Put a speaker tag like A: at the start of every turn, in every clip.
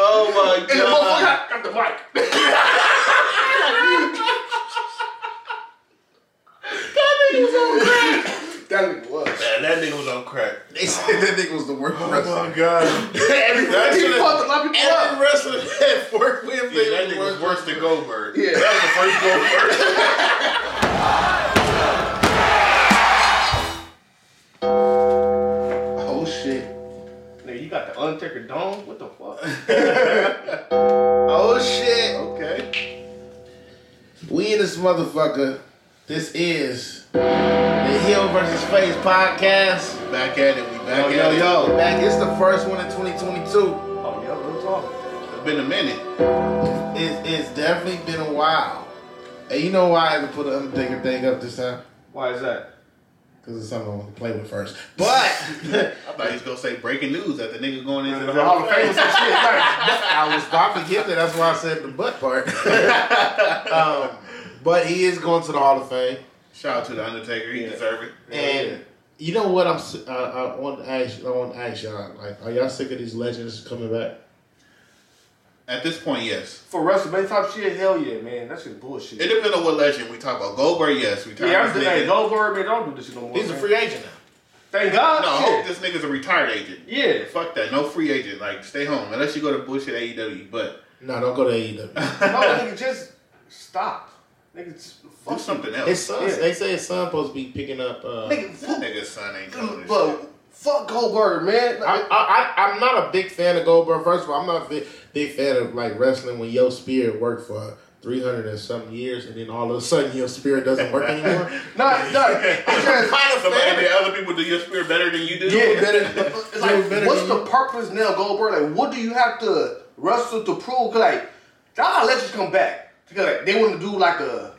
A: Oh was on crack.
B: They said that nigga was the worst wrestler.
A: Oh god.
B: Every,
A: That's
B: he
A: it.
B: fucked a lot of people up.
A: Every wrestler
B: That worked with
A: Yeah,
B: him.
A: that
B: they was
A: nigga was
B: worse.
A: worse than Goldberg.
B: Yeah.
A: That was the first Goldberg.
B: Oh shit.
C: Nigga, you got the Undertaker dome? What the fuck?
B: Oh shit.
C: Okay.
B: We in this motherfucker. This is the Hill versus Face podcast.
A: Back at it. We back
B: Yo,
A: at
B: yo,
A: it.
B: yo. Back, it's the first one in 2022.
C: Oh, yeah, real talk.
A: It's been a minute.
B: It, it's definitely been a while. And you know why I had to put the Undertaker thing up this time?
C: Why is that?
B: Because it's something I want to play with first. But
A: I thought he was gonna say breaking news that the nigga going into
C: The Hall of Fame or some shit.
B: I was about to get there. That's why I said the butt part. um, but he is going to the Hall of Fame,
A: Shout out to the Undertaker. He
C: Yeah.
A: deserve it.
B: and
C: Yeah.
B: you know what? I'm. s- I, I want to ask. I want to ask y'all. Like, are y'all sick of these legends coming back?
A: At this point, yes.
C: For WrestleMania type shit, hell yeah, man. That shit bullshit.
A: It depends on what legend we talk about. Goldberg, yes. We talk
C: yeah, I'm
A: about
C: just
A: this
C: like,
A: nigga.
C: Goldberg, man, don't do this shit no more.
B: He's a
C: man.
B: free agent now.
C: Thank God.
A: No, I hope
C: shit.
A: this nigga's a retired agent.
C: Yeah.
A: Fuck that. No free agent. Like, stay home. Unless you go to bullshit AEW. But
B: No, don't go to AEW.
C: No, nigga, just stop. Nigga, just fuck
A: do something else.
B: His son.
C: Yeah.
B: They say his son supposed to be picking up. Uh,
C: Nigga,
A: That
C: fuck,
A: nigga's son ain't doing this shit.
C: but fuck Goldberg, man.
B: I'm, I, I, I'm not a big fan of Goldberg. First of all, I'm not a big, big fan of like wrestling when Yo Spirit worked for 300 and something years, and then all of a sudden Yo Spirit doesn't work anymore.
C: Not, not. I'm trying to-
A: Somebody that other people do your spirit better than you do.
C: Yeah.
B: Better-
C: It's like,
B: better
C: what's
B: than
C: the
B: you.
C: purpose now, Goldberg? Like, what do you have to wrestle to prove? 'Cause, like, y'all gotta let you come back because like, they want to do like a,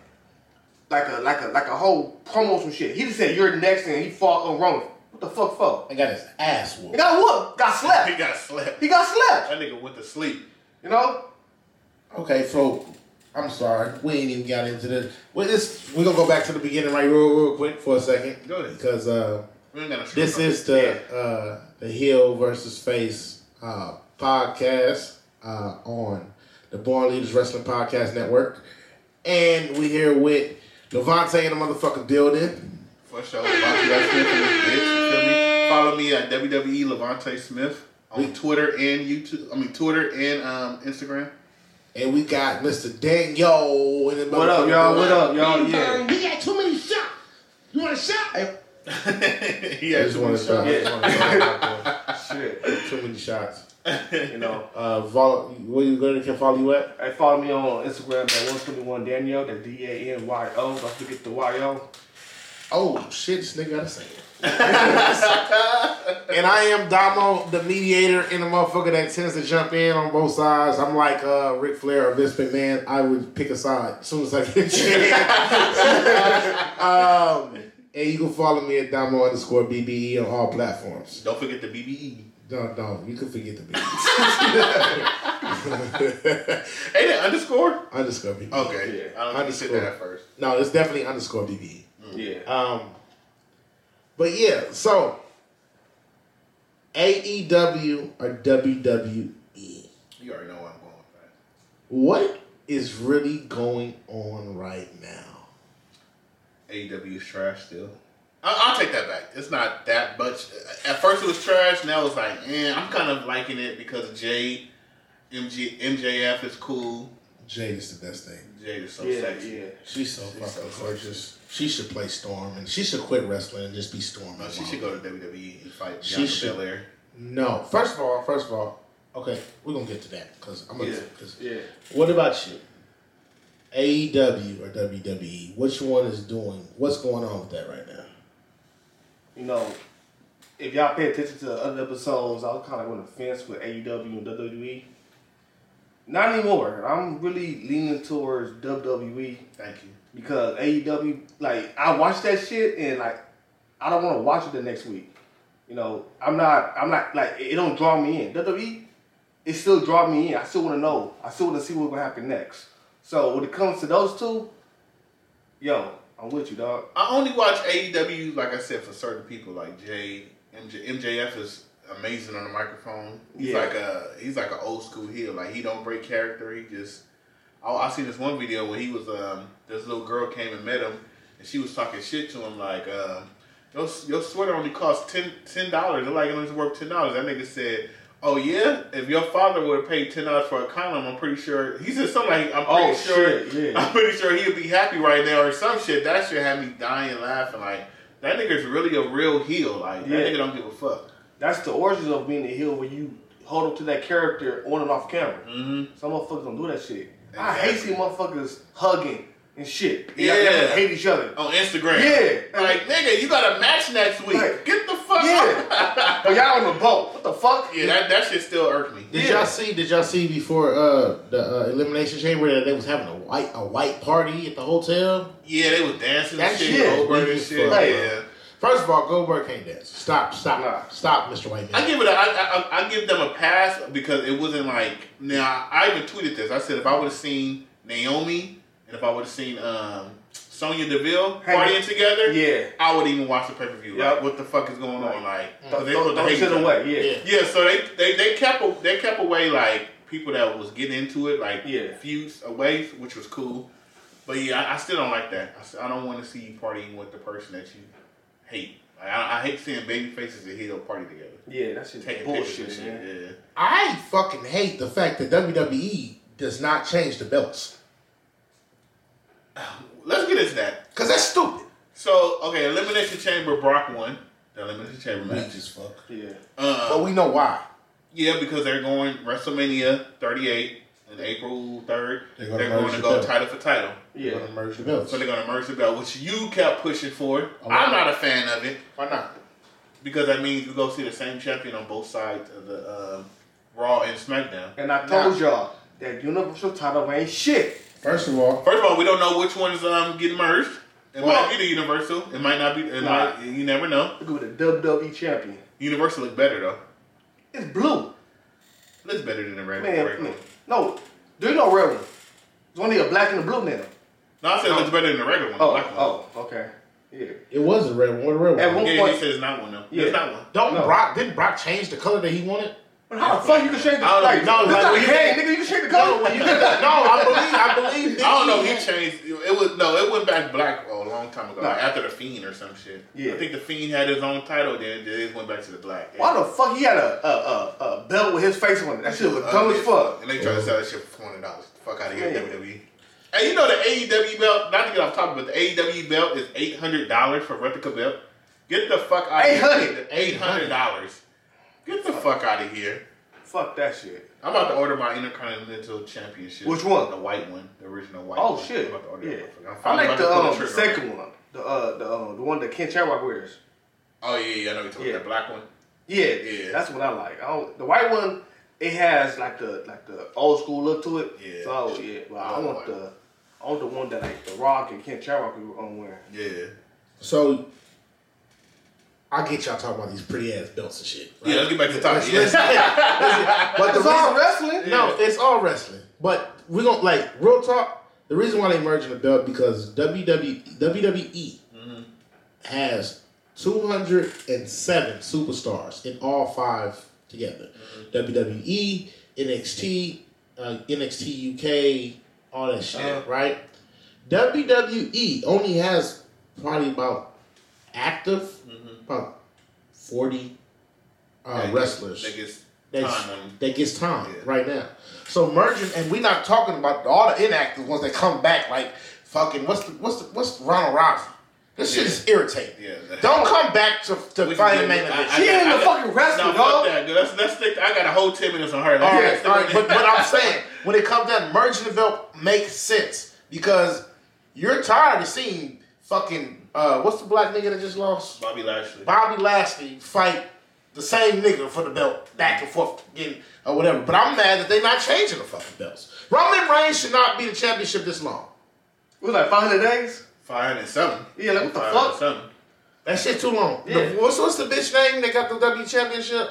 C: like a, like a, like a whole promo some shit. He just said you're next, and he fought on Roman. What the fuck for?
B: I got his ass
C: He
B: whooped.
C: got whooped, got
A: He
C: slapped.
A: got slapped.
C: He got slapped.
A: That nigga went to sleep.
C: You know?
B: Okay, so I'm sorry, we ain't even got into this. Well, this we're gonna go back to the beginning right real, real quick for a second.
A: Go ahead.
B: because uh,
A: We ain't got no shirt
B: this
A: on.
B: is the uh, the Hill versus Face uh, podcast uh, on the Born Leaders Wrestling Podcast Network, and we here with Levante in the motherfucking building.
A: for sure. Levante Smith in this bitch. You feel me? Follow me at WWE Levante Smith on Twitter and YouTube. I mean Twitter and um, Instagram.
B: And we got Mr. Daniel in the
C: What up,
B: motherfucking
C: y'all? What
B: building.
C: up, y'all? Yeah.
D: He got too many shots. You want a shot?
A: he
B: I just
A: actually
B: want to shout. I just wanna shout out, bro.
C: Shit.
B: Too many shots.
C: You know.
B: Uh, follow, where you going to follow you at?
C: Hey, follow me on Instagram at 121 Daniel. That's D A N Y O. Don't forget the Y O.
B: Oh shit, this nigga gotta say it. and I am Damo, the mediator and the motherfucker that tends to jump in on both sides. I'm like uh, Ric Flair or Vince McMahon. I would pick a side as soon as I get a chance. um, and you can follow me at Damo underscore BBE on all platforms.
A: Don't forget the E. BBE.
B: No, no, you can forget the BBE.
A: Hey, that underscore.
B: E. underscore BBE.
A: Okay,
C: Yeah.
A: I don't understand
B: Underscore.
A: that at first.
B: No, it's definitely underscore E. BBE.
C: Yeah.
B: Um, but yeah, so AEW or WWE,
A: You already know where I'm going with that.
B: what is really going on right now?
A: AEW is trash still. I- I'll take that back. It's not that much. At first it was trash. Now it's like, eh, I'm kind of liking it because Jade, MG, MJF is cool.
B: Jade is the best thing.
A: Jade is so
C: Yeah.
A: sexy.
C: Yeah.
B: She's so
A: She's
B: fucking
A: so
B: gorgeous. She should play Storm and she should quit wrestling and just be Storm.
A: No, she
B: alone.
A: should go to WWE and fight
B: She
A: Bianca
B: should.
A: Belair.
B: No, first of all, first of all, okay, we're gonna get to that because I'm gonna.
C: Yeah.
B: 'cause-
C: Yeah.
B: What about you? AEW or WWE? Which one is doing? What's going on with that right now?
C: you know, if y'all pay attention to other episodes, I was kind of on the fence with AEW and WWE. Not anymore. I'm really leaning towards WWE
A: Thank you.
C: because AEW, like, I watch that shit and like, I don't want to watch it the next week. You know, I'm not, I'm not like, it it don't draw me in. WWE, it still draw me in. I still want to know. I still want to see what's gonna happen next. So when it comes to those two, yo, I'm with you, dog.
A: I only watch AEW, like I said, for certain people like Jade. MJ, MJF is amazing on the microphone. He's
C: Yeah.
A: like a he's like an old school heel. Like he don't break character. He just I, I seen this one video where he was um this little girl came and met him and she was talking shit to him like um Your, your sweater only costs ten ten dollars. They're like, it's worth ten dollars. That nigga said, "Oh yeah, if your father would have paid ten dollars for a condom, I'm pretty sure." He said something like, "I'm pretty
C: Oh,
A: sure,
C: shit, yeah.
A: I'm pretty sure he'd be happy right now," or some shit. That shit had me dying laughing. Like that nigga's really a real heel. Like
C: Yeah.
A: that nigga don't give a fuck.
C: That's the origins of being a heel when you hold up to that character on and off camera. Mm-hmm. Some motherfuckers don't do that shit. I hate
A: Exactly.
C: seeing motherfuckers hugging and shit. They-
A: Yeah. Oh.
C: They hate each other.
A: On Instagram,
C: Yeah.
A: like nigga, you got a match next week.
C: Right.
A: Get the fuck
C: Yeah. but y'all on the boat. What the fuck?
A: out. Yeah, that that shit still irked me.
B: Did
C: Yeah.
B: y'all see? Did y'all see before uh, the uh, elimination chamber that they was having a white a white party at the hotel?
A: Yeah, they was dancing and
B: That
A: shit,
B: shit.
A: Goldberg and shit.
B: Right.
A: Yeah.
B: First of all, Goldberg can't dance. Stop! Stop!
C: Nah.
B: Stop, Mr. White
A: I
B: Man.
A: give it. A, I, I, I I give them a pass because it wasn't like. Now I even tweeted this. I said if I would have seen Naomi and if I would have seen um, Sonya Deville
C: Hang
A: partying
C: on.
A: together,
C: Yeah.
A: I would even watch the pay per view.
C: Yep.
A: Like, what the fuck is going on? Like, 'cause
C: Throw,
A: Mm-hmm. they
C: throw,
A: supposed to
C: throw
A: hate
C: shit
A: each other.
C: away. Yeah.
B: Yeah.
A: Yeah, so they they, they kept a, they kept away like people that was getting into it, like
C: Yeah.
A: feuds away, which was cool. But yeah, I, I still don't like that. I s- I, don't want to see you partying with the person that you hate. Like, I, I hate seeing baby faces and heel party together.
C: Yeah, that shit's
A: Taking
C: bullshit,
A: pictures and
C: man.
A: shit. Yeah.
B: I fucking hate the fact that WWE does not change the belts
A: Let's get into that.
B: because that's stupid.
A: So okay, elimination chamber. Brock won the elimination chamber
B: Weak
A: match.
B: as fuck.
C: Yeah.
B: But
A: Uh,
B: we know why.
A: yeah, because they're going WrestleMania 38 in April 3rd.
B: They're
A: They're,
B: gonna merge
A: going
B: the
A: to go
B: belt.
A: title for title.
B: They're
C: Yeah.
B: gonna merge the belts.
A: So they're going to merge the belt, which you kept pushing for.
B: Oh, wow.
A: I'm not a fan of it
B: Why not?
A: because that means you go see the same champion on both sides of the uh, Raw and SmackDown.
C: And I told y'all that Universal title ain't shit.
B: First of all,
A: First of all, we don't know which one's um, getting merged. It
C: Well-
A: might be the Universal. It might not be. It
C: Nah.
A: might, you never know.
C: Look at the WWE champion.
A: Universal look better though.
C: It's blue.
A: Looks better than the red.
C: Man,
A: red
C: man.
A: one.
C: no, there's no red one. There's only a black and a blue now.
A: No, I said it looks better than the regular one. the
C: Oh,
A: black one.
C: oh, okay. Yeah.
B: it was the red one. What the red one?
C: At one
A: Yeah,
C: point,
A: he said it's not one though.
C: Yeah.
A: It's not one.
B: Don't
C: No.
B: Brock? Didn't Brock change the color that he wanted?
C: but how the fuck you can change the
A: I don't
C: color? Like,
A: know.
C: no,
A: Like,
C: like, not
A: when
C: a
A: you
C: game,
A: think-
C: nigga. You change the
B: No,
C: color.
B: when you- no, I believe. I believe. that
A: I don't know.
B: he
A: He
B: had-
A: changed. It was no. It went back black a long time ago,
C: No.
A: like after the Fiend or some shit.
C: Yeah.
A: I think the Fiend had his own title. Then then it went back to the black.
C: Why the fuck he had a, a, a, a belt with his face on it? That shit was dumb as fuck.
A: And they tried to sell that shit for four hundred dollars. Fuck out of here,
C: Yeah.
A: WWE. And you know the AEW belt. Not to get off topic, but the AEW belt is eight hundred dollars for a replica belt. Get the fuck out of here.
C: $800.
A: Eight hundred dollars. Get the fuck out of here.
C: Fuck that shit.
A: I'm about to order my Intercontinental Championship.
C: Which one?
A: The white one, the original white one.
C: Oh shit.
A: I'm about to order
C: Yeah.
A: that motherfucker. I'm
C: I
A: finally
C: like
A: about
C: the,
A: to pull
C: um,
A: trigger on it.
C: second one. The uh, the um, the one that Ken Shamrock wears.
A: Oh yeah, yeah, I know you talking
C: Yeah.
A: about the black one.
C: Yeah,
A: Yeah.
C: that's what I like. I don't, the white one, it has like the like the old school look to it.
A: Yeah.
C: So yeah, but I
A: I
C: want
A: like
C: the I want the one that like the Rock and Ken Shamrock were on wearing.
A: Yeah.
B: So I get y'all talking about these pretty ass belts and shit. right?
A: Yeah, let's get back to the topic.
B: Let's-
A: Yeah.
B: let's- let's- but the
C: It's all
B: reason,
C: wrestling.
B: no, it's all wrestling. But we're gonna like real talk. The reason why they merging the belt because E, WWE WWE
A: Mm-hmm,
B: has 207 superstars in all five together. E, WWE, NXT, uh, NXT UK, all that shit,
A: Uh-huh.
B: right? WWE only has probably about active
A: mm-hmm.
B: about 40 uh,
A: That
B: wrestlers
A: That gets
B: that's,
A: time on-
B: that gets time
A: Yeah.
B: right now. So merging, and we're not talking about all the inactive ones that come back. Like fucking, what's the, what's the, what's Ronald Rousey? This shit is irritating.
A: Yeah.
B: Don't come back to
A: We
B: to
A: can
B: find
A: get-
B: the main
A: I-
B: event.
A: I-
C: She
A: got-
C: ain't
A: I
C: a
A: got-
C: fucking wrestler,
A: No, fuck
C: dog.
A: that, dude. That's that's the, I got a whole ten minutes on her.
B: All
A: Let's
B: right,
A: stick
B: all
A: on
B: right.
A: it.
B: But, but I'm saying when it comes down merging the belt makes sense because you're tired of seeing fucking uh, what's the black nigga that just lost
A: Bobby Lashley.
B: Bobby Lashley fight the same nigga for the belt back and forth again or whatever. But I'm mad that they not changing the fucking belts. Roman Reigns should not be the championship this long.
C: It was like 500 days.
A: Five hundred something.
C: Yeah, like, what the
A: Five
C: fuck?
A: hundred something.
B: That shit too long. The-
C: Yeah.
B: what's, what's the bitch name that got the W championship?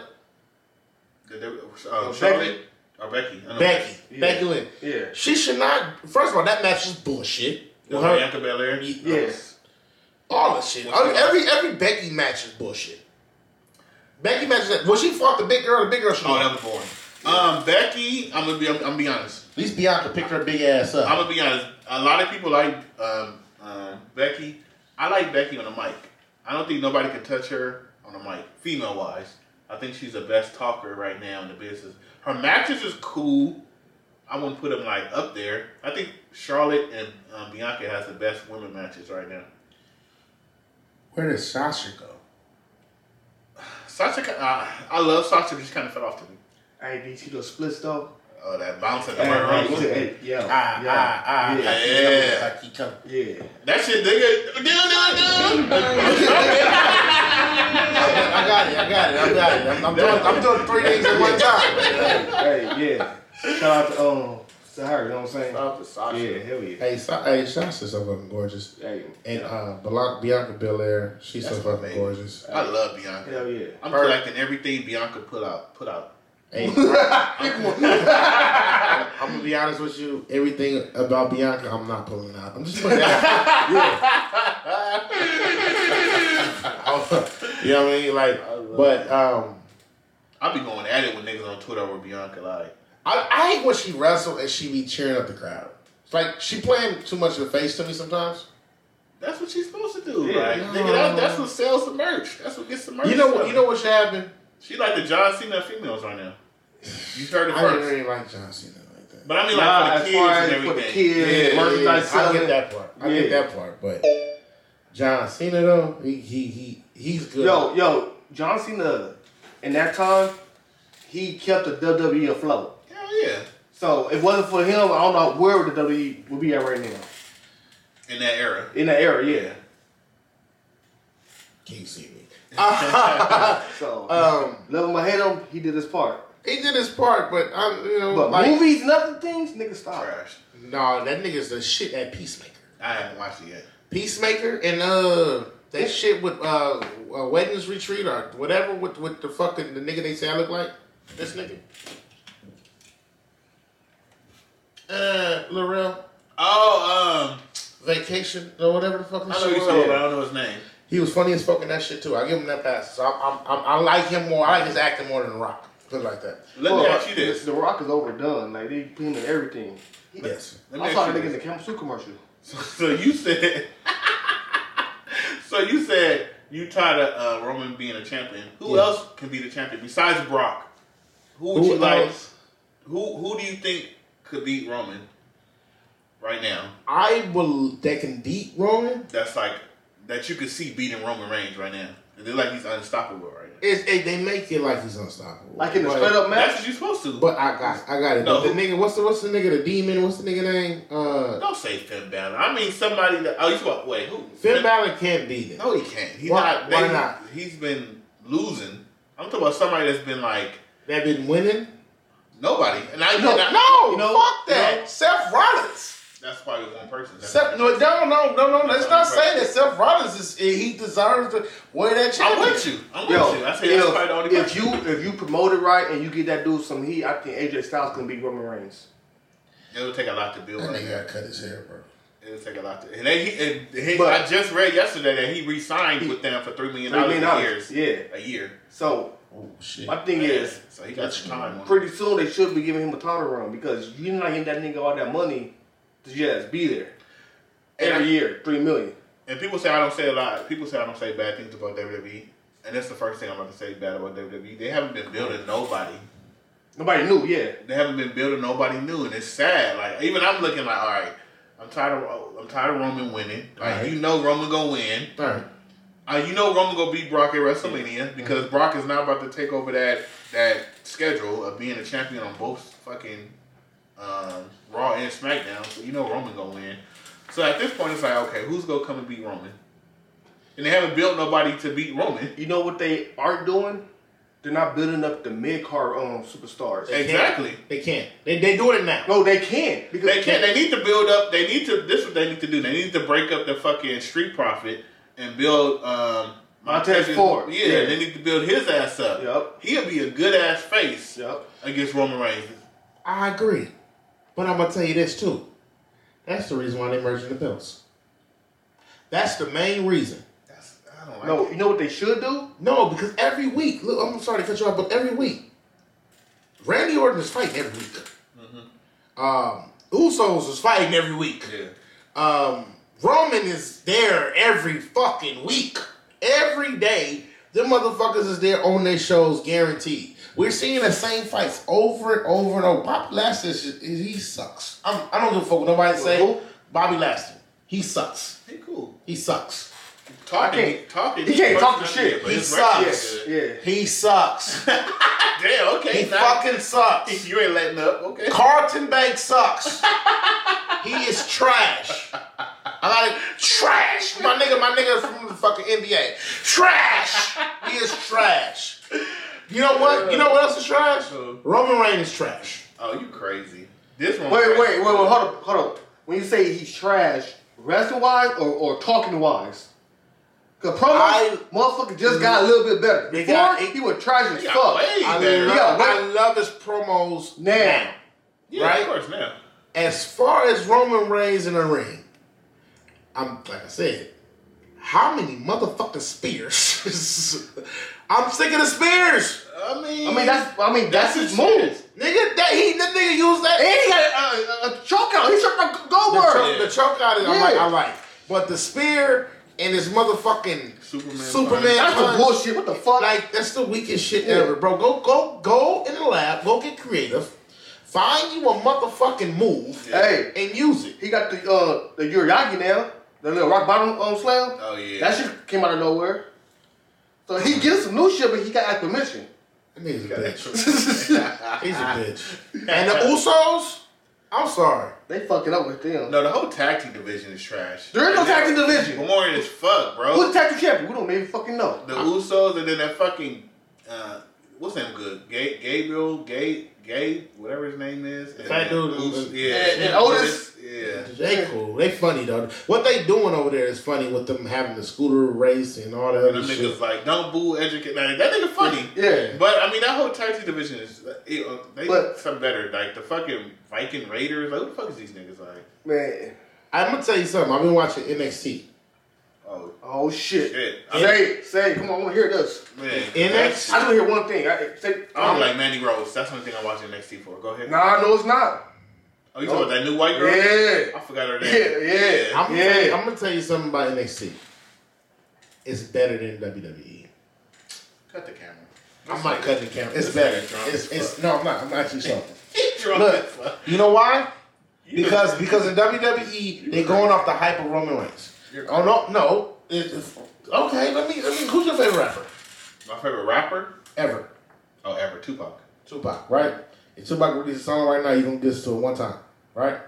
A: The- the- uh,
C: Becky?
A: Charlotte or Becky? I know
B: Oh, Becky.
C: Yeah.
B: Becky Lynch.
C: Yeah.
B: She should not. First of all, that match is bullshit.
A: Becky.
B: With her-
A: Bianca Belair.
C: Yes.
B: all the shit. I mean, every every Becky match is bullshit. Becky match. is- Well, she fought the big girl. The big girl. Should
A: Oh, that was boring. Um, Becky. I'm gonna be. I'm, I'm gonna be honest.
B: At least Bianca picked her big ass up.
A: I'm gonna be honest. A lot of people like um, um, Becky. I like Becky on the mic. I don't think nobody can touch her on the mic, female wise. I think she's the best talker right now in the business. Her matches is cool. I wouldn't put them like up there. I think Charlotte and um, Bianca has the best women matches right now.
B: Where does Sasha go?
A: Sasha, ki- uh, I love Sasha, but she kind of fell off to me.
C: Hey, did you see those splits though?
A: Oh, that bounce at the
C: Hey,
A: right
C: hey,
A: room.
C: hey, yeah,
B: Ah,
C: yeah,
B: ah, ah.
C: yeah,
A: Yeah.
B: Like he come.
C: yeah.
A: That shit, nigga. Dun, dun,
B: I got it. I got it. I got it. I'm, I'm doing. I'm doing three things at one time.
C: hey, yeah. Shout out to um to her, you know what I'm saying?
A: dun.
C: Yeah, hell yeah.
B: Hey, Sa- hey, Sasha's so fucking gorgeous,
C: Hey,
B: and uh, Blanc- Bianca Belair, she's so
A: That's my
B: fucking
A: baby.
B: gorgeous.
A: I love Bianca.
C: hell yeah.
A: I'm
B: Her-
A: collecting everything Bianca put out. Put out.
B: Hey, I'm gonna be honest with you. Everything about Bianca, I'm not pulling out. I'm just putting it out. yeah. you know what I mean? Like, but um,
A: I be going at it with niggas on Twitter over Bianca. Like,
B: I, I hate when she wrestled and she be cheering up the crowd. It's like she playing too much of the face to me sometimes.
A: that's what she's supposed to do.
C: Yeah.
A: like, nigga, that, that's what sells the merch. That's what gets the merch.
B: You know what?
A: selling.
B: You know what should happen?
A: She like the John Cena of females right now. You heard it
B: I didn't
A: first.
B: really like John Cena like that.
A: But I mean, like,
C: Nah,
A: for
C: as
A: the
C: far
A: kids and
C: as for the
A: everything.
C: kids,
B: Yeah, yeah,
C: merchandise
B: I
C: selling.
B: get that part. I get
C: Yeah.
B: that part. But John Cena though, he he, he he's good.
C: Yo, yo, John Cena, in that time, he kept the WWE afloat.
A: Hell yeah.
C: So if it wasn't for him, I don't know where the WWE would be at right now.
A: In that era.
C: In that era, yeah.
B: Can you see me?
C: So uh,
B: Um,
C: level my head on, he did his part.
B: he did his part, but I'm you know
C: But
B: like
C: movies, nothing things, nigga stop.
A: Trash.
B: no, that nigga's the shit at Peacemaker.
A: I haven't watched it yet.
B: Peacemaker and uh that shit with uh, uh weddings retreat or whatever with with the fucking the nigga they say I look like this nigga. Uh, Laurel
A: Oh, um,
B: vacation or whatever the fuck. this
A: I know what
B: shit
A: you're
B: was.
A: talking about. I don't know his name.
B: He was funny as fuck in that shit too. I give him that pass. So I'm, I'm, I'm, I like him more. I like his acting more than The Rock. Good like that.
A: Let
C: Well,
A: me ask you this.
C: The Rock is overdone. Like they put him in everything.
B: Yes.
A: Let me
C: I
A: ask
C: saw
A: you
C: that nigga in
A: this.
C: the Camel Soup commercial.
A: So you said, so you said you tired of uh, Roman being a champion. Who
B: Yeah.
A: else can be the champion besides Brock? Who would you like? Who Who do you think could beat Roman right now?
B: I will. That can beat Roman.
A: That's like that you could see beating Roman Reigns right now. They're like he's unstoppable right now.
B: It's, it, they make it like he's unstoppable.
C: Like in the
B: But-
C: straight
A: That's
C: up match.
A: what you're supposed to.
B: But I got, I got it.
A: No.
B: The nigga, what's the, what's the nigga, the demon? What's the nigga name? Uh,
A: don't say Finn Balor. I mean somebody that. Oh, you talk. Wait, who?
B: Finn Balor can't beat it.
A: No, he can't. He's
B: Why-
A: not.
B: why
A: they-
B: not?
A: He's been losing. I'm talking about somebody that's been like
B: That been winning.
A: nobody. And I know.
B: No, no,
C: you know-
B: fuck that.
C: you know-
B: Seth Rollins.
A: That's probably one person. That's
B: Seth, no, no, no, no, no. Let's not say that Seth Rollins is he deserves to wear that
A: I'm
B: championship.
A: with you. I'm with
C: Yo,
A: you. I say that's probably the only
C: if, if
A: person.
C: you if you promote it right and you get that dude some heat, I think AJ Styles can beat Roman Reigns.
A: It'll take a lot to build
B: That
A: right
B: nigga
A: there.
B: gotta cut his hair, bro.
A: It'll take a lot to. And, they, he, and he,
C: But-
A: I just read yesterday that he re-signed with them for three million dollars a year.
C: $3 million, yeah.
A: a year.
C: So
B: Oh shit.
C: my thing is,
A: so he got some time. On it.
C: pretty soon they should be giving him a title run because you're not getting that nigga all that money to just be there
A: And
C: every
A: I-
C: year, three million.
A: And people say I don't say a lot. People say I don't say bad things about WWE, and that's the first thing I'm about to say bad about WWE. They haven't been building nobody.
C: Nobody knew, yeah.
A: they haven't been building nobody new, and it's sad. Like even I'm looking like, all right, I'm tired of I'm tired of Roman winning. Like
B: Right.
A: you know Roman gonna win.
B: All right.
A: Uh, you know Roman gonna beat Brock at WrestleMania because Brock is now about to take over that that schedule of being a champion on both fucking um, Raw and SmackDown. So you know Roman gonna win. So at this point, it's like, okay, who's gonna come and beat Roman? And they haven't built nobody to beat Roman.
C: You know what they are doing? They're not building up the mid card um superstars.
A: Hey. Exactly.
B: They can't. They they doing it now.
C: No, they can't because
A: They can't. They need to build up. They need to. This is what they need to do. They need to break up the fucking street profit and build um,
C: Montez Ford.
A: Yeah,
C: Yeah.
A: they need to build his ass up.
C: Yup.
A: He'll be a good ass face
C: Yup.
A: against Roman Reigns.
B: I agree, but I'm gonna tell you this too. That's the reason why they merging the belts. That's the main reason.
A: That's, I don't like.
C: No,
A: it.
C: you know what they should do?
B: No, because every week, look, I'm sorry to cut you off, but every week, Randy Orton is fighting every week. Um, Usos is fighting every week.
A: Yeah.
B: Um, Roman is there every fucking week. Every day, them motherfuckers is there on their shows, guaranteed. We're seeing the same fights over and over and over. Bobby Lashley, is just- he sucks. I'm, I don't give a fuck what nobody say.
C: Who?
B: Bobby Lashley, he sucks.
A: Hey, cool.
B: He sucks.
A: Talking,
C: I can't-
A: talking.
C: he can't
A: his
C: talk
A: person's
C: the
A: not
C: shit.
A: good, but
B: He
A: his record's
B: sucks.
A: good.
C: Yeah.
B: He sucks.
A: Damn. Okay.
B: he
A: now-
B: fucking sucks.
A: You ain't letting up. Okay.
B: Carlton Bank sucks. he is trash. I got it. Trash. My nigga, my nigga from the fucking NBA. Trash. He is trash. You know what? You know what else is trash?
A: Who?
B: Roman Reigns is trash.
A: Oh, you crazy. This one.
C: Wait,
A: crazy.
C: wait, wait, wait, hold up, hold up. When you say he's trash, wrestling wise or, or talking wise? Cause promo
B: I-
C: motherfucker just got a little bit better.
B: They
C: Before
B: got-
C: he was trash as
A: He got
C: fuck.
A: way
B: I
A: better.
B: love,
C: Yeah, what-
B: I love his promos
C: Now.
B: now.
A: yeah,
B: right?
A: Of course, now.
B: As far as Roman Reigns in the ring, I'm like I said, how many motherfucking spears? I'm sick of the spears.
A: I mean.
C: I mean that's I mean that's, his move.
B: Nigga, that he that nigga used that.
C: And he got a, a, a choke out. He choked out
B: the,
C: Goldberg.
B: choke, the choke out is I like,
C: Yeah.
B: I like. But the spear and his motherfucking
A: Superman punch.
B: Superman
C: That's
B: punch,
C: the bullshit. What the fuck?
B: Like that's the weakest shit
C: Yeah.
B: ever, bro. Go go go in the lab. Go get creative. Find you a motherfucking move
C: hey,
B: and use it.
C: he got the uh the Uriagi now, the little rock bottom um, slam.
A: Oh yeah.
C: That shit came out of nowhere. So he gets some new shit, but he got like permission.
B: That nigga's a
A: Got that
B: bitch.
A: triple-
B: He's a
C: Ah.
B: bitch. And the Usos, I'm sorry.
C: They fucking up with them.
A: No, the whole tag team division is trash.
C: There is no
A: And
C: tag team
A: they're
C: division.
A: Boring as fuck, bro.
C: Who's the tag team champion? We don't even fucking know.
A: the Usos and then that fucking uh, what's his name good? Ga- Gabriel, Gabe, Gabe, whatever his name is. And
B: Fat dude.
A: Us- yeah.
C: And- and Otis.
A: Yeah.
B: They cool. They funny though. What they doing over there is funny with them having the scooter race and all that
A: And
B: other
A: them
B: shit.
A: niggas like don't boo educate. Like, that nigga funny.
C: Yeah.
A: But I mean that whole tag team division is it, uh, they
C: But-
A: some better. Like the fucking Viking Raiders. Like who the fuck is these niggas like?
C: Man.
B: I'm gonna tell you something. I've been watching NXT.
A: Oh
C: Oh shit.
A: shit. I mean,
C: Say it. Say it. Come on, I wanna hear this.
A: man.
B: NXT?
C: I just wanna hear one thing. I, say,
A: I don't like Mandy Rose. That's one thing I watch NXT for. Go ahead.
C: Nah, no, it's not.
A: Oh, you talking about that new white girl?
C: Yeah.
A: I forgot her
C: Yeah,
A: name.
C: yeah.
B: I'm, gonna tell you,
C: Yeah.
B: I'm gonna tell you something about NXT. It's better than WWE.
A: Cut the camera.
B: I'm not cutting the camera. It's
A: This
B: better.
A: nigga drunk
B: It's,
A: as
B: it's no, I'm not. I'm actually joking.
A: He drunk
B: Look,
A: as fuck.
B: you know why?
A: You-
B: Because because in WWE they're going off the hype of Roman Reigns.
A: You're
B: Oh no no. It, it's, okay, let me let me. Who's your favorite rapper
A: My favorite rapper?
B: ever?
A: Oh, ever Tupac.
B: Tupac, right? If Tupac releases a song right now, you gonna listen to it one time, right?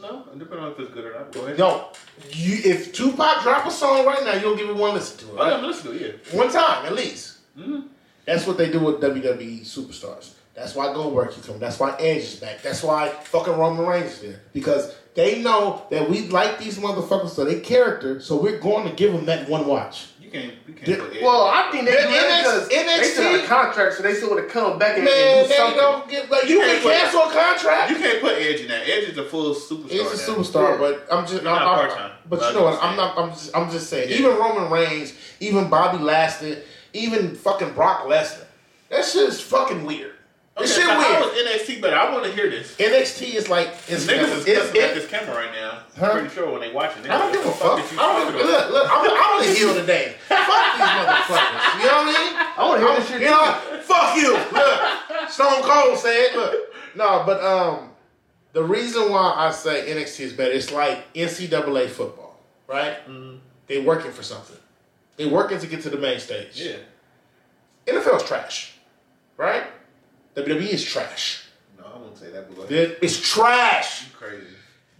A: No, depending on if it's good or not. Go ahead.
B: No, you if Tupac drop a song right now, you gonna give it one listen to it,
A: Oh, yeah,
B: right?
A: I'm listening to it,
B: One time at least.
A: yeah. Mm-hmm.
B: That's what they do with WWE superstars. That's why Goldberg keeps coming. That's why Edge is back. That's why fucking Roman Reigns is there. Because they know that we like these motherfuckers for their character, so we're going to give them that one watch.
A: You can't. You can't.
B: Did-
A: put it.
C: Well, I think they
B: The
C: do that because
B: NXT
C: they still got a contract, so they still want to come back and,
B: Man,
C: and do
B: they
C: something.
B: don't get like you can
A: can't put-
B: cancel a contract.
A: you can't put Edge in that. Edge is a full superstar.
B: He's a
A: now.
B: superstar,
C: Yeah.
B: but I'm just I'm,
A: not
B: I'm-
A: part-time.
B: But
A: But
B: you know what? I'm
A: I'm
B: not. I'm just, I'm just saying.
A: Yeah.
B: Even Roman Reigns, even Bobby Lashley, even fucking Brock Lesnar. That shit is fucking weird.
A: Okay,
B: this shit
A: so
B: weird.
A: how is NXT better? I want to hear this.
B: NXT is like it's,
A: This niggas is
B: it's-
A: cussing at
B: it-
A: this camera right now.
B: Huh?
A: I'm pretty sure when they watching.
B: I don't give a fuck.
A: Is you
B: I don't
A: talking
B: give,
A: about?
B: look, look, I'm, I'm the heel today. fuck these motherfuckers. You know what I mean?
C: I wanna hear this shit
B: You know, what? fuck you. Look, Stone Cold said, look, no, but um, the reason why I say NXT is better, it's like NCAA football, right?
A: Mm-hmm.
B: They working for something. They working to get to the main stage.
A: Yeah.
B: NFL's trash, right? WWE is trash.
A: No, I won't say that. But go ahead.
B: It- It's trash.
A: You crazy.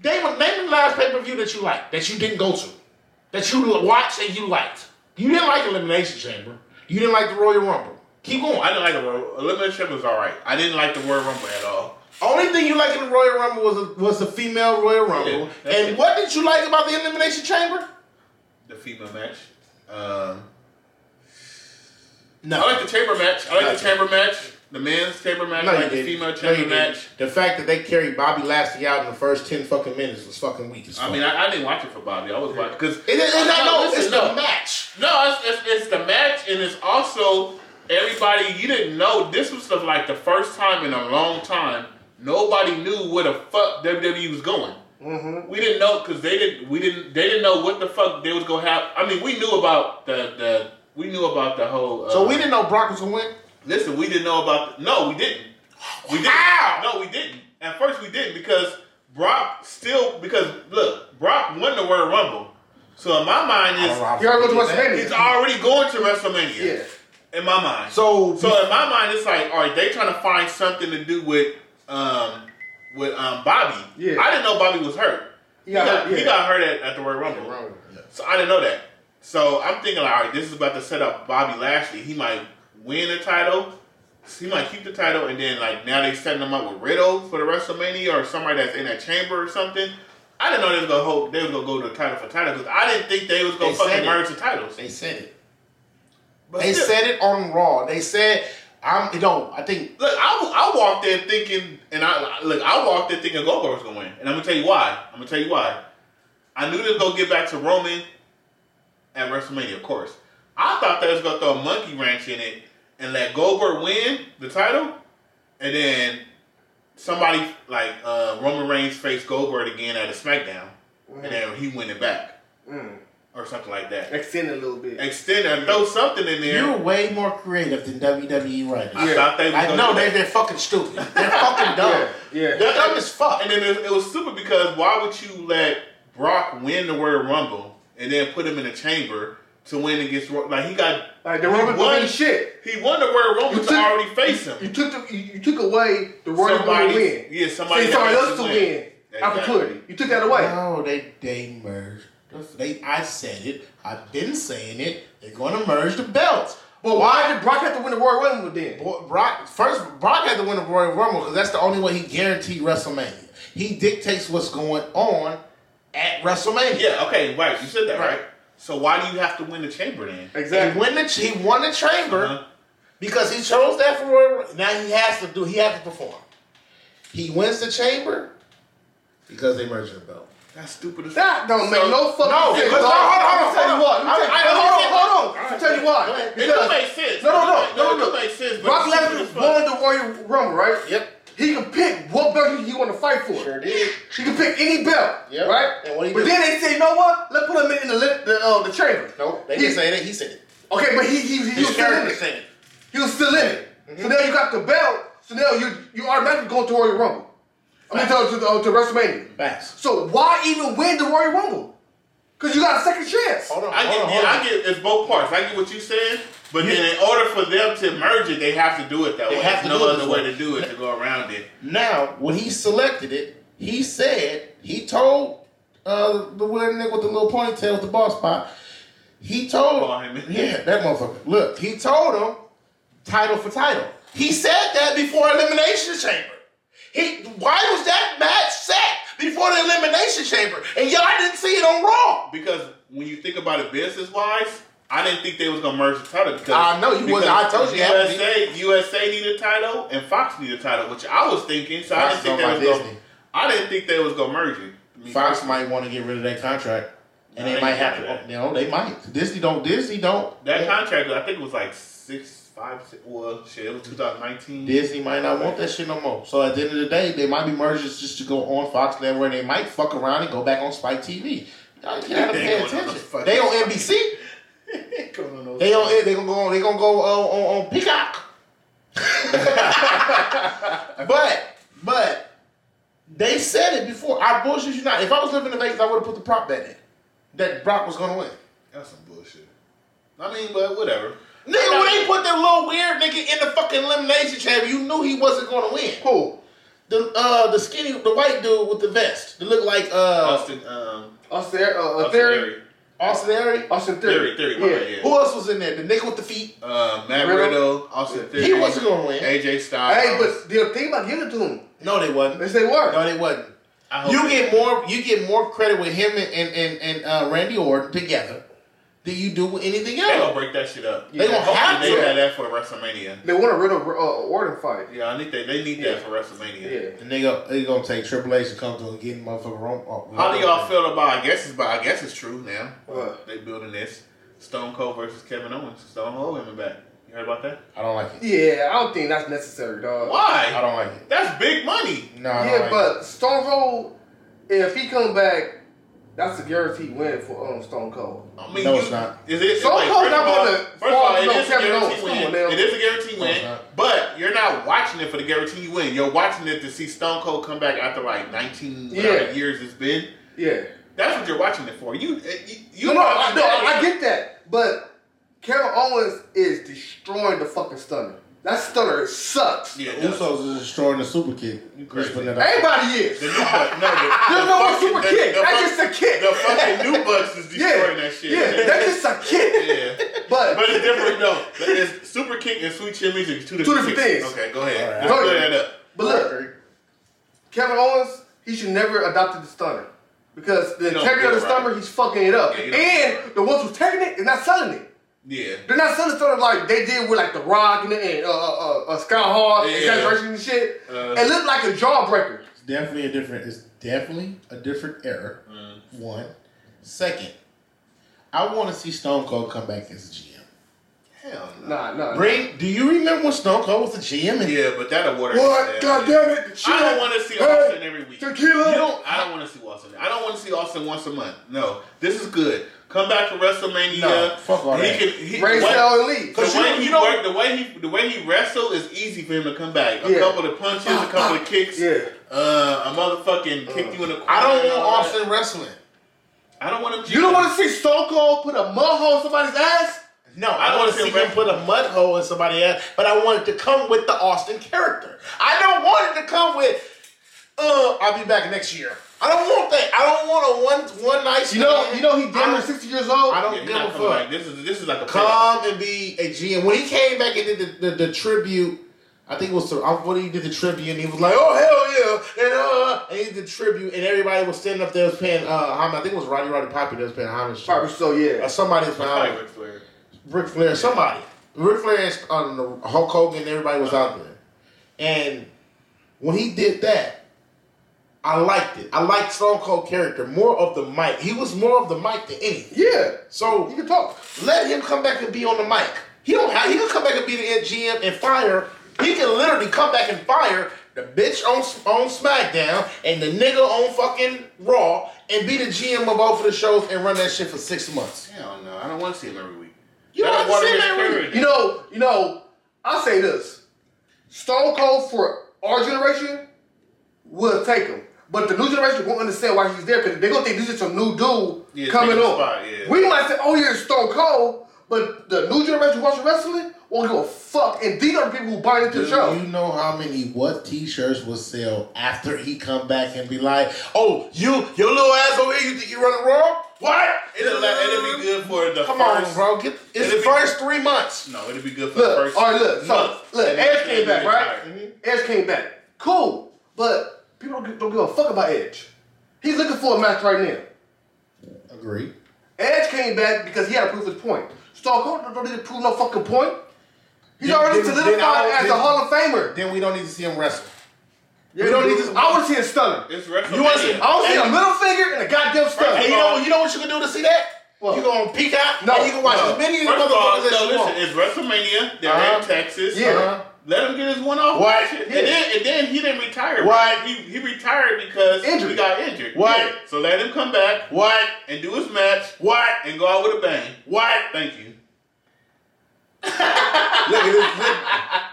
B: Name, name the last pay per view that you liked, that you didn't go to, that you watched and you liked. You didn't like Elimination Chamber. You didn't like the Royal Rumble. Keep going.
A: I didn't like the Royal Elimination Chamber was all right. I didn't like the Royal Rumble at all.
B: Only thing you liked in the Royal Rumble was was the female Royal Rumble.
A: Yeah, that's
B: and
A: it.
B: what did you like about the Elimination Chamber?
A: The female match. Um,
B: No.
A: I like the chamber match. I like the
B: Gotcha.
A: chamber match. The men's chamber match.
B: no,
A: I
B: you
A: like the
B: didn't.
A: female
B: no, you
A: chamber
B: didn't.
A: match.
B: The fact that they carried Bobby Lashley out in the first ten fucking minutes was fucking weak as fuck.
A: I mean, I, I didn't watch it for Bobby. I was watching because
B: it, it, it, no, it's the
A: no,
B: match.
A: No, it's, it's, it's the match, and it's also everybody. You didn't know this was the, like the first time in a long time nobody knew where the fuck WWE E was going.
C: Mm-hmm.
A: We didn't know because they didn't. We didn't. They didn't know what the fuck they was gonna have. I mean, we knew about the the. We knew about the whole. Uh,
B: So we didn't know Brock was gonna win.
A: Listen, we didn't know about. The, no, we didn't. We didn't.
B: How?
A: No, we didn't. At first, we didn't because Brock still because look, Brock won the World Rumble. So in my mind, is
B: You already went to
A: it's
B: WrestleMania.
A: already going to WrestleMania.
C: Yeah.
A: In my mind.
B: So,
A: So in my mind, it's like, all right, they trying to find something to do with um with um Bobby.
C: Yeah.
A: I didn't know Bobby was hurt. He
C: Yeah,
A: got, he
C: yeah.
A: got hurt at, at the Royal Rumble. So I didn't know that. So I'm thinking, like, all right, this is about to set up Bobby Lashley. He might win the title. He might keep the title, and then like now they setting him up with Riddle for the WrestleMania or somebody that's in that chamber or something. I didn't know they was gonna hold, they was gonna go to title for title because I didn't think they was gonna
B: They said
A: fucking
B: it.
A: merge the titles.
B: They said it.
A: But
B: they
A: still-
B: said it on Raw. They said, "I'm." No, I think
A: Look, I, I walked in thinking, and I look, I walked in thinking Goldberg was gonna win, and I'm gonna tell you why. I'm gonna tell you why. I knew they was gonna get back to Roman at WrestleMania, of course. I thought they was gonna throw a monkey wrench in it and let Goldberg win the title, and then somebody like uh, Roman Reigns faced Goldberg again at a SmackDown, and then he win it back
C: Mm.
A: or something like that.
C: Extend it a little bit.
A: Extend and throw something in there.
B: you're way more creative than WWE right now.
A: I thought they was
B: I
A: gonna
B: know
A: do that.
B: they, they're fucking stupid. They're fucking dumb.
C: Yeah, yeah.
B: They're dumb as fuck.
A: And then it, it was stupid because why would you let Brock win the Royal Rumble and then put him in a chamber to win against Ro- like he got
C: Like the Roman
A: One-
C: win shit.
A: he won the Royal Rumble
C: You
A: to
C: took-
A: already face him.
C: You took the you, you took away the Royal Rumble win.
A: yeah, somebody,
C: See, somebody
A: that
C: else to win.
A: Exactly.
C: Opportunity. You took that away.
B: No, they they merged. They, I said it. I've been saying it. They're going to merge the belts.
C: But why did Brock have to win the Royal Rumble then?
B: Boy, Brock first Brock had to win the Royal Rumble because that's the only way he guaranteed WrestleMania. He dictates what's going on at WrestleMania.
A: Yeah, okay, right. You said that right.
B: Right.
A: So why do you have to win the chamber then?
B: He
C: Exactly.
B: win the he won the chamber
A: Uh-huh.
B: because he chose that for Royal Rumble. Now he has to do he has to perform. He wins the chamber because they merged the belt.
A: That's stupid as
C: That don't make no fucking
B: no,
C: sense.
B: because-
C: dog.
B: hold on, hold
C: Let
B: on,
C: me tell you
B: hold
C: what.
B: on.
C: Let me
B: I- I-
C: tell you-
B: hold on,
C: hold on,
B: hold on.
C: hold on. Let me tell you
B: Go ahead.
C: why.
A: It
B: It
A: don't
C: Because
A: make sense.
C: No, no, no,
A: It don't
C: no, no.
A: make sense. but
C: Brock
A: it's stupid
C: Lesnar
A: as fuck.
C: won the Royal Rumble, right?
B: Yep.
C: He can pick what belt he want to fight for.
B: did.
C: He can pick any belt,
B: Yep.
C: right?
B: And what he
C: but
B: do?
C: then they say, you know what? Let's put him in the li- the, uh, the chamber.
B: Nope, they
C: He-
B: didn't say that. He said it.
C: Okay, but he he, he, was still in
B: character
C: it.
B: said it.
C: He was still in it. So now you got the belt. So now you you automatically going to Royal Rumble. I mean, to, to, uh, to WrestleMania.
B: Facts.
C: So why even win the Royal Rumble? Because you got a second chance.
B: Hold on,
A: I
B: hold
A: get,
B: on,
A: yeah,
B: hold
A: I
B: on.
A: get. It's both parts. I get what you said, but then in order for them to merge it, they have to do it that
B: They
A: way. There's
B: have to
A: no
B: do it
A: other
B: this
A: way
B: way.
A: to do it to go around it.
B: Now, when he selected it, he said he told uh, the weird nigga with the little ponytail with the boss spot. He told
A: Paul Heyman.
B: yeah, that motherfucker. Look, he told him title for title. He said that before elimination chamber. He why was that match set before the elimination chamber? And y'all didn't see it on Raw.
A: Because when you think about it business wise, I didn't think they was gonna merge the title. Because
B: I know you
A: because
B: wasn't. I told you it had to
A: USA USA needed a title and Fox needed a title, which I was thinking. So
B: Fox
A: I didn't
B: owned by
A: think they was gonna.
B: Disney.
A: I didn't think they was gonna merge it.
B: Fox might want to get rid of that contract, and
A: Nah,
B: they
A: they
B: might
A: can
B: have
A: do
B: to.
A: that.
B: You know, they might. Disney don't. Disney don't.
A: that contract, I think it was like six, five, six, well, shit, it was 2019.
B: Disney might not want that shit no more. So at the end of the day, they might be mergers just to go on Fox Network. They might fuck around and go back on Spike TV. Y'all gotta
A: They
B: pay
A: going on the
B: attention.
A: fucking-
B: They on NBC. They on. They gonna go on. They gonna go uh, on, on Peacock. but but they said it before. I bullshit you not. If I was living in Vegas, I would have put the prop bet in that Brock was gonna win.
A: That's some bullshit. I mean, but whatever.
B: Nigga, when they put that little weird nigga in the fucking elimination chamber, you knew he wasn't gonna win.
C: Who?
B: The uh the skinny the white dude with the vest that looked like uh
A: Austin, um,
C: Austin, uh, uh,
B: Oh,
A: Austin
C: Theory.
A: Theory.
B: Austin Theory.
C: Austin
A: Theory,
C: Theory.
A: Theory, my
C: Yeah.
A: bad, yeah.
B: Who else was in there? The nigga with the feet.
A: Uh, Matt
C: Riddle?
A: Riddle, Austin Theory.
B: He wasn't gonna win.
A: AJ Styles.
C: Hey, but the thing about giving it to him,
B: No, they wasn't.
C: they say what?
B: No, they wasn't.
A: I hope
B: You
A: they-
B: get more you get more credit with him and and, and, and uh, Randy Orton together than you do with anything
A: They gonna
B: else.
A: break that shit up.
B: They gonna
A: Hopefully
B: have
A: they
B: to.
A: had that for WrestleMania.
C: They want a Riddle uh, Orton fight.
A: Yeah, I think they, they need
C: Yeah.
A: that for WrestleMania.
C: Yeah.
B: The nigga they gonna take Triple H to come through and get him motherfucker wrong. oh,
A: How do y'all
B: wrong.
A: feel about? I guess it's by. I guess it's true now.
C: What?
A: They building this Stone Cold versus Kevin Owens. Stone Cold coming back. You heard about that?
B: I don't like it.
C: Yeah, I don't think that's necessary, dog.
B: I
A: Why?
B: don't like it.
A: That's big money.
B: No, I don't
C: Yeah,
B: like it.
C: but Stone Cold if he come back, that's a guaranteed win for um Stone Cold.
A: I mean,
B: No,
A: you-
B: it's not.
A: Is it?
C: Stone
A: like,
C: Cold's
A: first
C: not
A: of all-
C: gonna
A: First of
C: fall
A: all, it
C: below
A: is a
C: Kevin
A: guarantee
C: Owens. Come
A: win.
C: on, now.
A: It is a guarantee
B: No, it's
A: win.
B: not.
A: But you're not watching it for the guarantee you win. You're watching it to see Stone Cold come back after like 19 whatever
C: Yeah.
A: years it's been.
C: Yeah.
A: That's what you're watching it for. You, eh, you, you
C: no, no, I, no, I I get that, but Kevin Owens is destroying the fucking stunner. That stunner sucks.
A: Yeah, it does.
B: Usos is destroying the super kick.
A: You crazy.
B: Just putting it out.
C: Everybody is.
A: The new Bucks. No, the,
C: There's
A: the
C: no more
A: fucking-
C: super
A: the-
C: kick.
A: the
C: That's
A: fuck-
C: just a kick.
A: The fucking new Bucks is destroying that shit.
C: Yeah, that's just a kick.
A: yeah.
C: But,
A: But it's different though. It's super kick and sweet chin music. Two different,
C: different
A: kicks.
C: things.
A: Okay, go ahead.
B: All
A: Let's
B: right.
A: clear that up.
C: but look, Kevin Owens, he should never adopted the stunner. Because the
A: He don't
C: integrity of the
A: feel right.
C: stunner, he's fucking it up.
A: Yeah, he don't feel
C: and
A: right.
C: the ones who's taking it is not selling it.
A: Yeah.
C: They're not selling stunner like they did with like The Rock and, and uh, uh, uh, Scott Hall,
A: Yeah.
C: exaggeration and shit.
A: Uh,
C: it looked like a jawbreaker.
B: It's definitely a different. It's definitely a different era.
A: Mm.
B: One, second, I want to see Stone Cold come back as a GM.
A: Hell no.
C: Nah, nah.
B: Bring. Do you remember when Stone Cold was the GM? And
A: Yeah, but that'll water.
C: What?
A: it down.
C: God damn it. Shit.
A: I don't want to see
C: Hey,
A: Austin every week.
C: Tequila.
A: You don't. I don't want to see Austin. I don't want to see Austin once a month. No, this is good. Come back to WrestleMania.
B: No, fuck all
A: he
B: that.
A: Can, he,
C: Ray
A: what-
C: Sell and Lee.
A: The way
B: you
A: he
B: don't-
A: worked, the way he, the way he wrestled is easy for him to come back. A
C: Yeah.
A: couple of punches, a couple of kicks.
C: Yeah.
A: Uh, a motherfucking kick you in the corner.
B: I don't
A: and
B: want
A: all that.
B: Austin wrestling.
A: I don't want him.
C: You don't want to see Stone Cold put a mud hole in somebody's ass?
B: No,
A: I
B: I,
A: don't
B: want to
A: see
B: see
A: him
B: him put a mud hole in somebody else, but I want it to come with the Austin character. I don't want it to come with, uh, I'll be back next year. I don't want that. I don't want a one one night.
C: You know,
B: stand.
C: you know he damn near
B: I-
C: 60 years old.
B: I
A: Yeah,
B: don't
A: he's not
B: give a
A: coming
B: fuck.
A: back. This is this is like a payoff.
B: Come and be a GM. When he came back and did the, the, the tribute, I think it was to- I- when he did the tribute, and he was like, "Oh hell yeah!" and uh, and he did the tribute, and everybody was standing up there was paying uh, homage. I think it was Roddy Roddy Poppy that was paying homage.
C: Probably
B: To,
C: so,
B: or
C: yeah.
B: somebody was paying homage.
A: Probably Ric Flair.
B: Ric Flair, somebody. Ric Flair and um, the Hulk Hogan, everybody was out there. And when he did that, I liked it. I liked Stone Cold character, more of the mic. He was more of the mic than anything.
C: Yeah. You
B: So
C: can talk.
B: let him come back and be on the mic. He don't have, he can come back and be the GM and fire. He can literally come back and fire the bitch on on SmackDown and the nigga on fucking Raw and be the GM of both of the shows and run that shit for six months.
A: Hell no. I don't want to see him every week.
B: You don't
A: That'll
B: have
A: water
B: to see him
A: his
B: every week.
A: character.
C: You know, you know, I'll say this. Stone Cold for our generation will take him. But the new generation won't understand why he's there because they're gonna think this is some new dude
A: Yeah,
C: coming
A: taking the
C: on.
A: spot, yeah.
C: We might say, oh yeah, it's Stone Cold, but the new generation watching wrestling won't give a fuck. And these are the people who buy into
B: Do
C: the show.
B: you know how many what T-shirts will sell after he come back and be like, "Oh, you, your little ass over here, you think you running raw? What?
A: It'll, it'll be good for the
B: Come
A: first.
B: on, bro. Get, it's
A: It'll
B: the
A: be-
B: first three months.
A: No, it'll be good for the
C: Look,
A: first.
C: all right, look, so
A: month.
C: look,
A: And then
C: Edge came
A: he'll
C: back,
A: be
C: right? Mm-hmm.
A: retired.
C: Edge came back. Cool, but people don't, gi- don't give a fuck about Edge. He's looking for a match right now.
B: Agree.
C: Edge came back because he had to prove his point. Stone Cold don't- don't need to prove no fucking point. He's
B: Then-
C: already
B: then- then
C: solidified
B: I don't-
C: as a
B: then-
C: Hall of Famer.
B: Then we don't need to see him wrestle.
C: We
B: don't need to-
C: I want to see a stunner.
A: It's WrestleMania.
B: You wanna see-
C: I want to see a
B: And-
C: middle finger and a goddamn stunner.
B: And you know, you know what you can do to see that?
C: What?
B: You gonna peek out
C: No,
B: and you can watch
C: no.
B: as many of the
A: First of all,
B: motherfuckers as
A: no,
B: you
A: listen,
B: want.
A: it's WrestleMania. They're
B: Uh-huh.
A: in Texas.
C: Yeah.
A: Uh-huh. Let him get his one off.
B: What?
A: match. And,
B: Yeah.
A: then, and then he didn't retire.
B: What?
A: He, he retired because
C: Injury.
A: he got injured.
B: What?
A: Yeah. So let him come back
B: What?
A: and do his match
B: What?
A: and go out with a bang.
B: What?
A: Thank you.
B: Look at this. Look,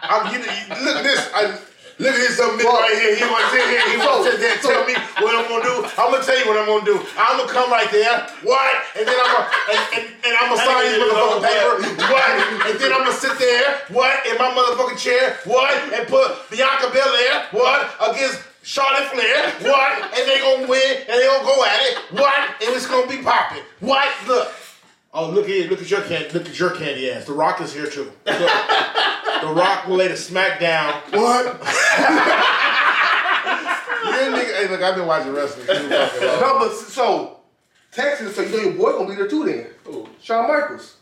B: I'm getting. Look at this. I, look at this dumb nigga right here. He wants to sit here. He wants to sit there and tell me what I'm gonna do. I'm gonna tell you what I'm gonna do. I'm gonna come right there. What? And then I'm gonna and, and, and I'm gonna sign this motherfucking paper. What? And then I'm gonna sit there. What? In my motherfucking chair. What? And put Bianca Belair. What? Against. Charlotte Flair, what? And they gonna win, and they gonna go at it, what? And it's gonna be popping, what? Look, oh look at look at your candy, look at your candy ass. The Rock is here too. Look. The Rock will lay the smack down. What? hey, look, I've been watching wrestling. too, fucking long.
C: No, but s- so Texas, so you know your boy gonna be there too then.
A: Ooh.
C: Shawn Michaels.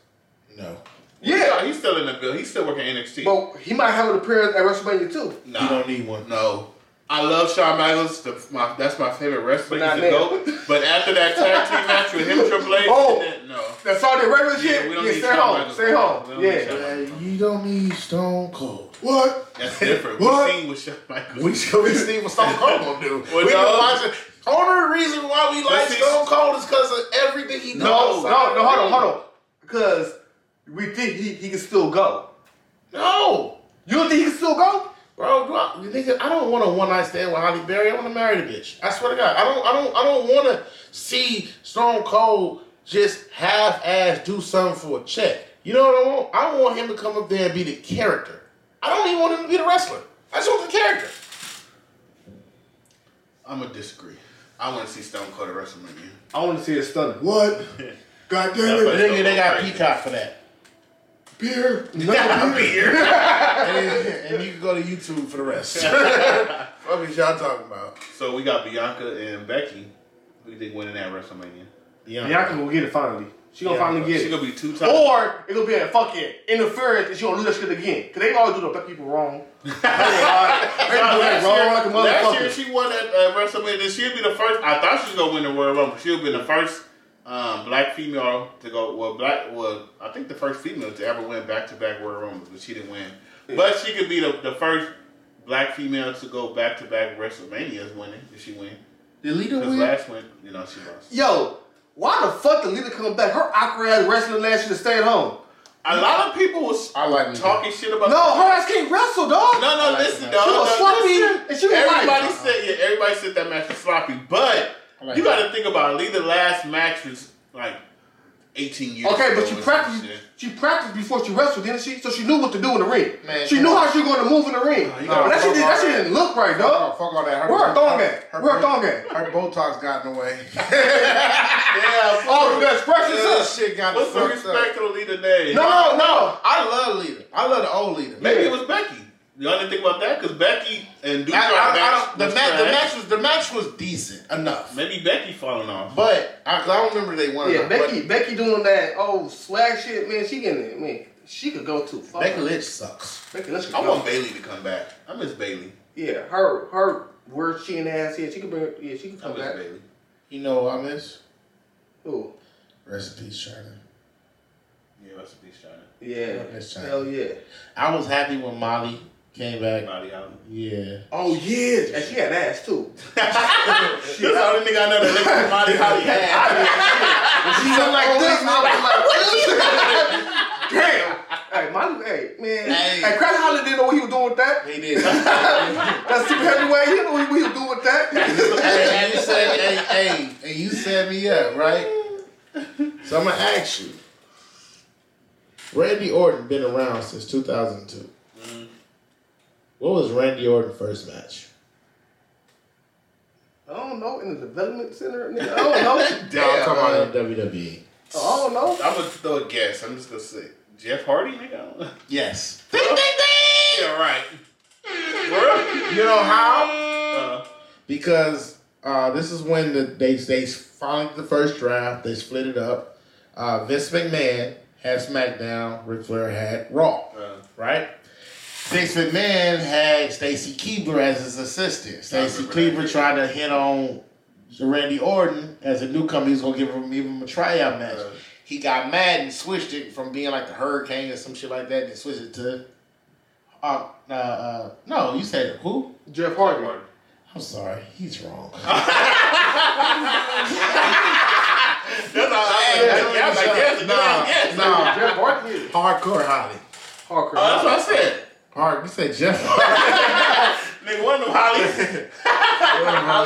B: No.
C: Yeah,
A: he's still in the bill. He's still working NXT.
C: but he might have an appearance at WrestleMania too.
A: Nah.
B: You don't need one.
A: No. I love Shawn Michaels. The, my, that's my favorite wrestler.
C: But not
A: He's a
C: now.
A: goat. But after that tag team match with him, Triple H,
C: Oh.
A: then- no.
C: That Saudi Arabia
A: Yeah,
C: shit?
A: we don't
C: Yeah,
A: need
C: stay
A: Shawn
C: home.
A: Michaels.
C: Stay
A: We
C: home.
A: don't need
C: Yeah.
A: Shawn.
B: you don't need Stone Cold.
C: What?
A: That's different.
B: What?
A: We've seen with Shawn Michaels.
B: We should we see what Stone Cold gonna do.
A: Well,
B: we
A: no.
B: been watching Only reason why we like
A: Let's see-
B: Stone Cold is because of everything he does.
C: No, no, no,
B: outside the
C: hold on,
B: ring.
C: hold on. Because we think he, he can still go.
B: No,
C: You don't think he can still go?
B: bro, bro, you nigga, I don't want a one night stand with Holly Berry. I want to marry the bitch. I swear to God, I don't, I don't, I don't want to see Stone Cold just half ass do something for a check. You know what I want? I want him to come up there and be the character. I don't even want him to be the wrestler. I just want the character.
A: I'm gonna disagree. I want to see Stone Cold at WrestleMania.
C: I want to see a stunner.
D: What? God damn
A: That's
D: it.
B: Nigga, they got
A: Crazy.
B: Peacock for that.
D: Beer.
A: I'm here.
B: and, and you can go to YouTube for the rest. what is y'all talking about?
A: So we got Bianca and Becky. Who you think winning at WrestleMania?
C: Bianca will get it finally. She gonna
B: Yeah.
C: finally get
A: She
C: it. Oh,
A: gonna be two times.
C: Or it gonna be a fucking interference and she gonna do that shit again. Cause they always do the black people wrong. they always- they do that wrong like a
A: last year
C: motherfucker.
A: she won at uh, WrestleMania. Then She'll be the first. I thought she was gonna win the Royal Rumble. She'll be the first um, black female to go. Well, black. Well, I think the first female to ever win back to back Royal Rumbles, but she didn't win. But she could be the, the first black female to go back to back WrestleManias winning if she win.
C: Did Lita
A: Because
C: win?
A: last one, you know, she lost.
C: Yo, why the fuck did Lita come back? Her awkward ass wrestling last year to stay at home.
A: A lot of people was
B: I like Lita.
A: talking shit about.
C: No, her ass can't wrestle, dog.
A: No, no,
B: like
A: listen,
B: that.
A: dog.
C: She was
A: No,
C: sloppy,
A: listen.
C: and she was
A: everybody
C: like-
A: said, yeah, everybody said that match was sloppy, but
B: I like
A: you got to think about it. The last match was like 18 years.
C: Okay,
A: ago
C: but she
A: or some
C: practiced.
A: shit.
C: She practiced before she wrestled, didn't she? So she knew what to do in the ring.
B: Man,
C: she
B: come
C: knew
B: on.
C: how she was going to move in the ring. But
B: you gotta
C: that shit,
B: fuck
C: did,
B: all
C: that shit
B: that.
C: didn't look right,
B: Oh,
C: dog.
B: fuck all that. Her,
C: We're a thong
B: her-
C: gang.
B: her-
C: We're a thong gang.
B: Her Botox got in the way.
A: Yeah, fuck
C: Oh, the expressions.
B: Yeah,
C: up.
B: that shit got
A: What's the
B: fucked
A: respect
B: up.
A: to Lita Day?
C: No, no, no.
B: I love Lita. I love the old Lita.
A: Maybe
C: Yeah.
A: it was Becky. Y'all didn't think about that because Becky and Duke
B: I, I, I don't,
A: match
B: the,
A: was
B: match, the
A: trash.
B: match was the match was decent enough,
A: Maybe Becky falling off.
B: but I, 'cause I don't remember they won. or
C: Yeah,
B: not, but
C: Becky, Becky doing that old swag shit, man. She getting it, man. She could go too far.
B: Becky Lynch sucks.
C: Becky Lynch could
A: I
C: go.
A: want Bailey to come back. I miss Bailey.
C: Yeah, her, her, where she and ass. Yeah, she could bring. Yeah, she could
A: I
C: come
A: miss
C: back.
A: Bailey.
B: You know what I miss?
C: Ooh,
B: Rest in peace, China.
A: Yeah, rest in peace, China.
C: yeah,
B: That's tight.
C: hell yeah.
B: I was happy when Molly came back.
A: Body out.
B: Yeah.
C: Oh yeah, and she had ass too.
A: That's the only nigga I know that looks Molly Holly had.
B: She looked like this.
C: Damn. Hey, Molly, hey, man.
B: Hey.
C: Hey, Crash Holly didn't know what he was doing with that.
B: He did. hey,
C: That's super heavyweight. He didn't know what he was doing with that.
B: and you said, hey, hey, and you set me up, right? So I'm gonna ask you. Randy Orton been around since 2002. Mm-hmm. What was Randy Orton's first match?
C: I don't know. In the development center, nigga. I don't know.
A: Damn,
B: Y'all
A: come on.
B: talking about in WWE?
C: I don't know.
A: I'm gonna throw a guess. I'm just gonna say Jeff Hardy, nigga.
B: Yes.
A: yeah, right. Bruh.
B: You know how?
A: Uh,
B: Because uh, this is when the, they they finally did the first draft. They split it up. Uh, Vince McMahon had SmackDown. Ric Flair had Raw.
A: uh,
B: right? Vince McMahon had Stacy Keebler as his assistant. Stacy
A: I remember
B: Keebler
A: that.
B: tried to hit on Randy Orton as a newcomer. He was gonna give him give him a tryout match.
A: Right.
B: He got mad and switched it from being like the Hurricane or some shit like that, and switched it to. Uh, uh, uh, no, you said who?
C: Jeff Hardy.
A: Hardy.
B: I'm sorry, he's wrong.
A: That's all I was like, I was like, yes,
B: no,
A: yes, yes.
B: no,
C: Jeff Hardy is
B: hardcore Holly.
A: Oh,
C: hardcore.
A: that's what I said.
B: Hard, you said Jeff. Hardy.
A: Nigga, one of them Hollies.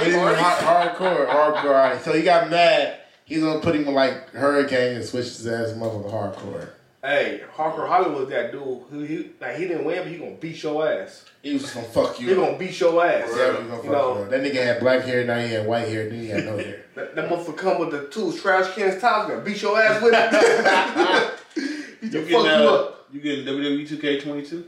B: He's
A: Hardy.
B: hard- hardcore, hardcore Holly. So he got mad. He's gonna put him with like Hurricane and switch his ass motherfucker hardcore.
C: Hey, Harker Holly was that dude who he like he didn't win, but he gonna beat your ass.
B: He was just gonna fuck
C: He
B: you. up.
C: gonna beat your ass.
B: Yeah, he gonna fuck
C: You
B: you
C: know,
B: up. That nigga had black hair, now he had white hair, then he had no hair.
C: That, that motherfucker come with the two trash cans tops gonna beat your ass with it. he
A: You
C: just
A: getting,
C: fuck you
A: uh,
C: up.
A: you getting E WWE 2K22?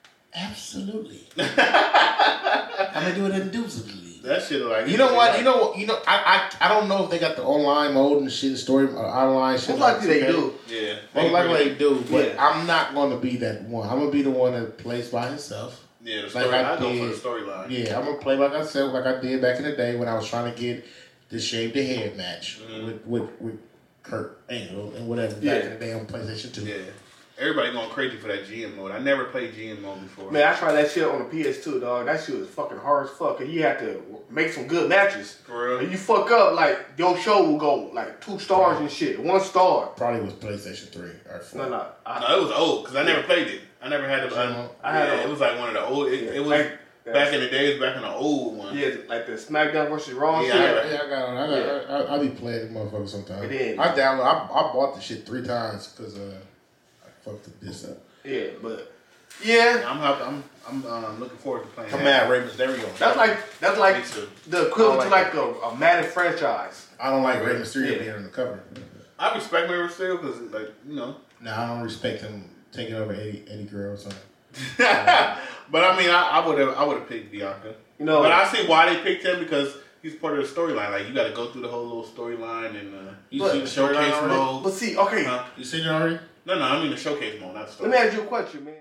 B: Absolutely. I'm gonna do it indubitably.
A: That shit like
B: You know what? You know what? You know I I, I don't know if they got the online mode and shit, story uh, online shit.
C: Most likely they
B: okay.
C: do.
A: Yeah.
B: Most likely they do,
C: Yeah.
B: but I'm not gonna be that one. I'm gonna be the one that plays by himself.
A: Yeah, the
B: Like
A: story.
B: I
A: I go for the
B: did.
A: storyline.
B: Yeah, I'm gonna play like I said, like I did back in the day when I was trying to get the shave the head match
A: Mhm.
B: with, with with Kurt Angle and whatever back
C: Mm-hmm. Yeah.
B: in the day on PlayStation Two.
A: Yeah. Everybody going crazy for that GM mode. I never played GM mode before.
C: Man, I tried that shit on the PS2, dog. That shit was fucking hard as fuck. And you had to make some good matches.
A: For
C: And
A: real.
C: you fuck up, like your show will go like two stars and shit, one star.
B: Probably was PlayStation Three or Four.
C: No, no, I,
A: No, it was old because I never played it. I never had it. I,
C: I had
A: yeah,
C: a-
A: it was like one of the old. It, it was
C: Like,
A: back in the days, back in the old one.
C: yeah, like the SmackDown versus Raw
A: Yeah,
C: shit.
A: I-
B: Yeah, I got on. I got. I, I, I be playing the motherfucker sometimes.
C: It is.
B: I download. I, I bought the shit three times because uh, I fucked this up.
C: Yeah, but yeah,
A: I'm hop- I'm I'm um, looking forward to playing.
B: Come
A: that.
B: at Ravens. There we go.
C: that's like that's like
A: Me too.
C: the equivalent
B: I like
C: to like a, a Madden franchise.
B: I don't like Ray Mysterio
C: Yeah.
B: being on the cover.
A: I respect Mary still because like you know.
B: No, I don't respect him taking over Eddie, Eddie Guerrero or something.
A: but I mean, I would have I would have picked Bianca.
C: You know,
A: But I see why they picked him because he's part of the storyline. Like you got to go through the whole little storyline and uh,
B: You
C: But-
B: seen the
A: showcase
B: storyline already?
A: mode.
C: but see, okay,
A: Huh?
B: You seen it already?
A: No, no, I mean the showcase mode, not the
C: let me
A: story.
C: ask you a question, man.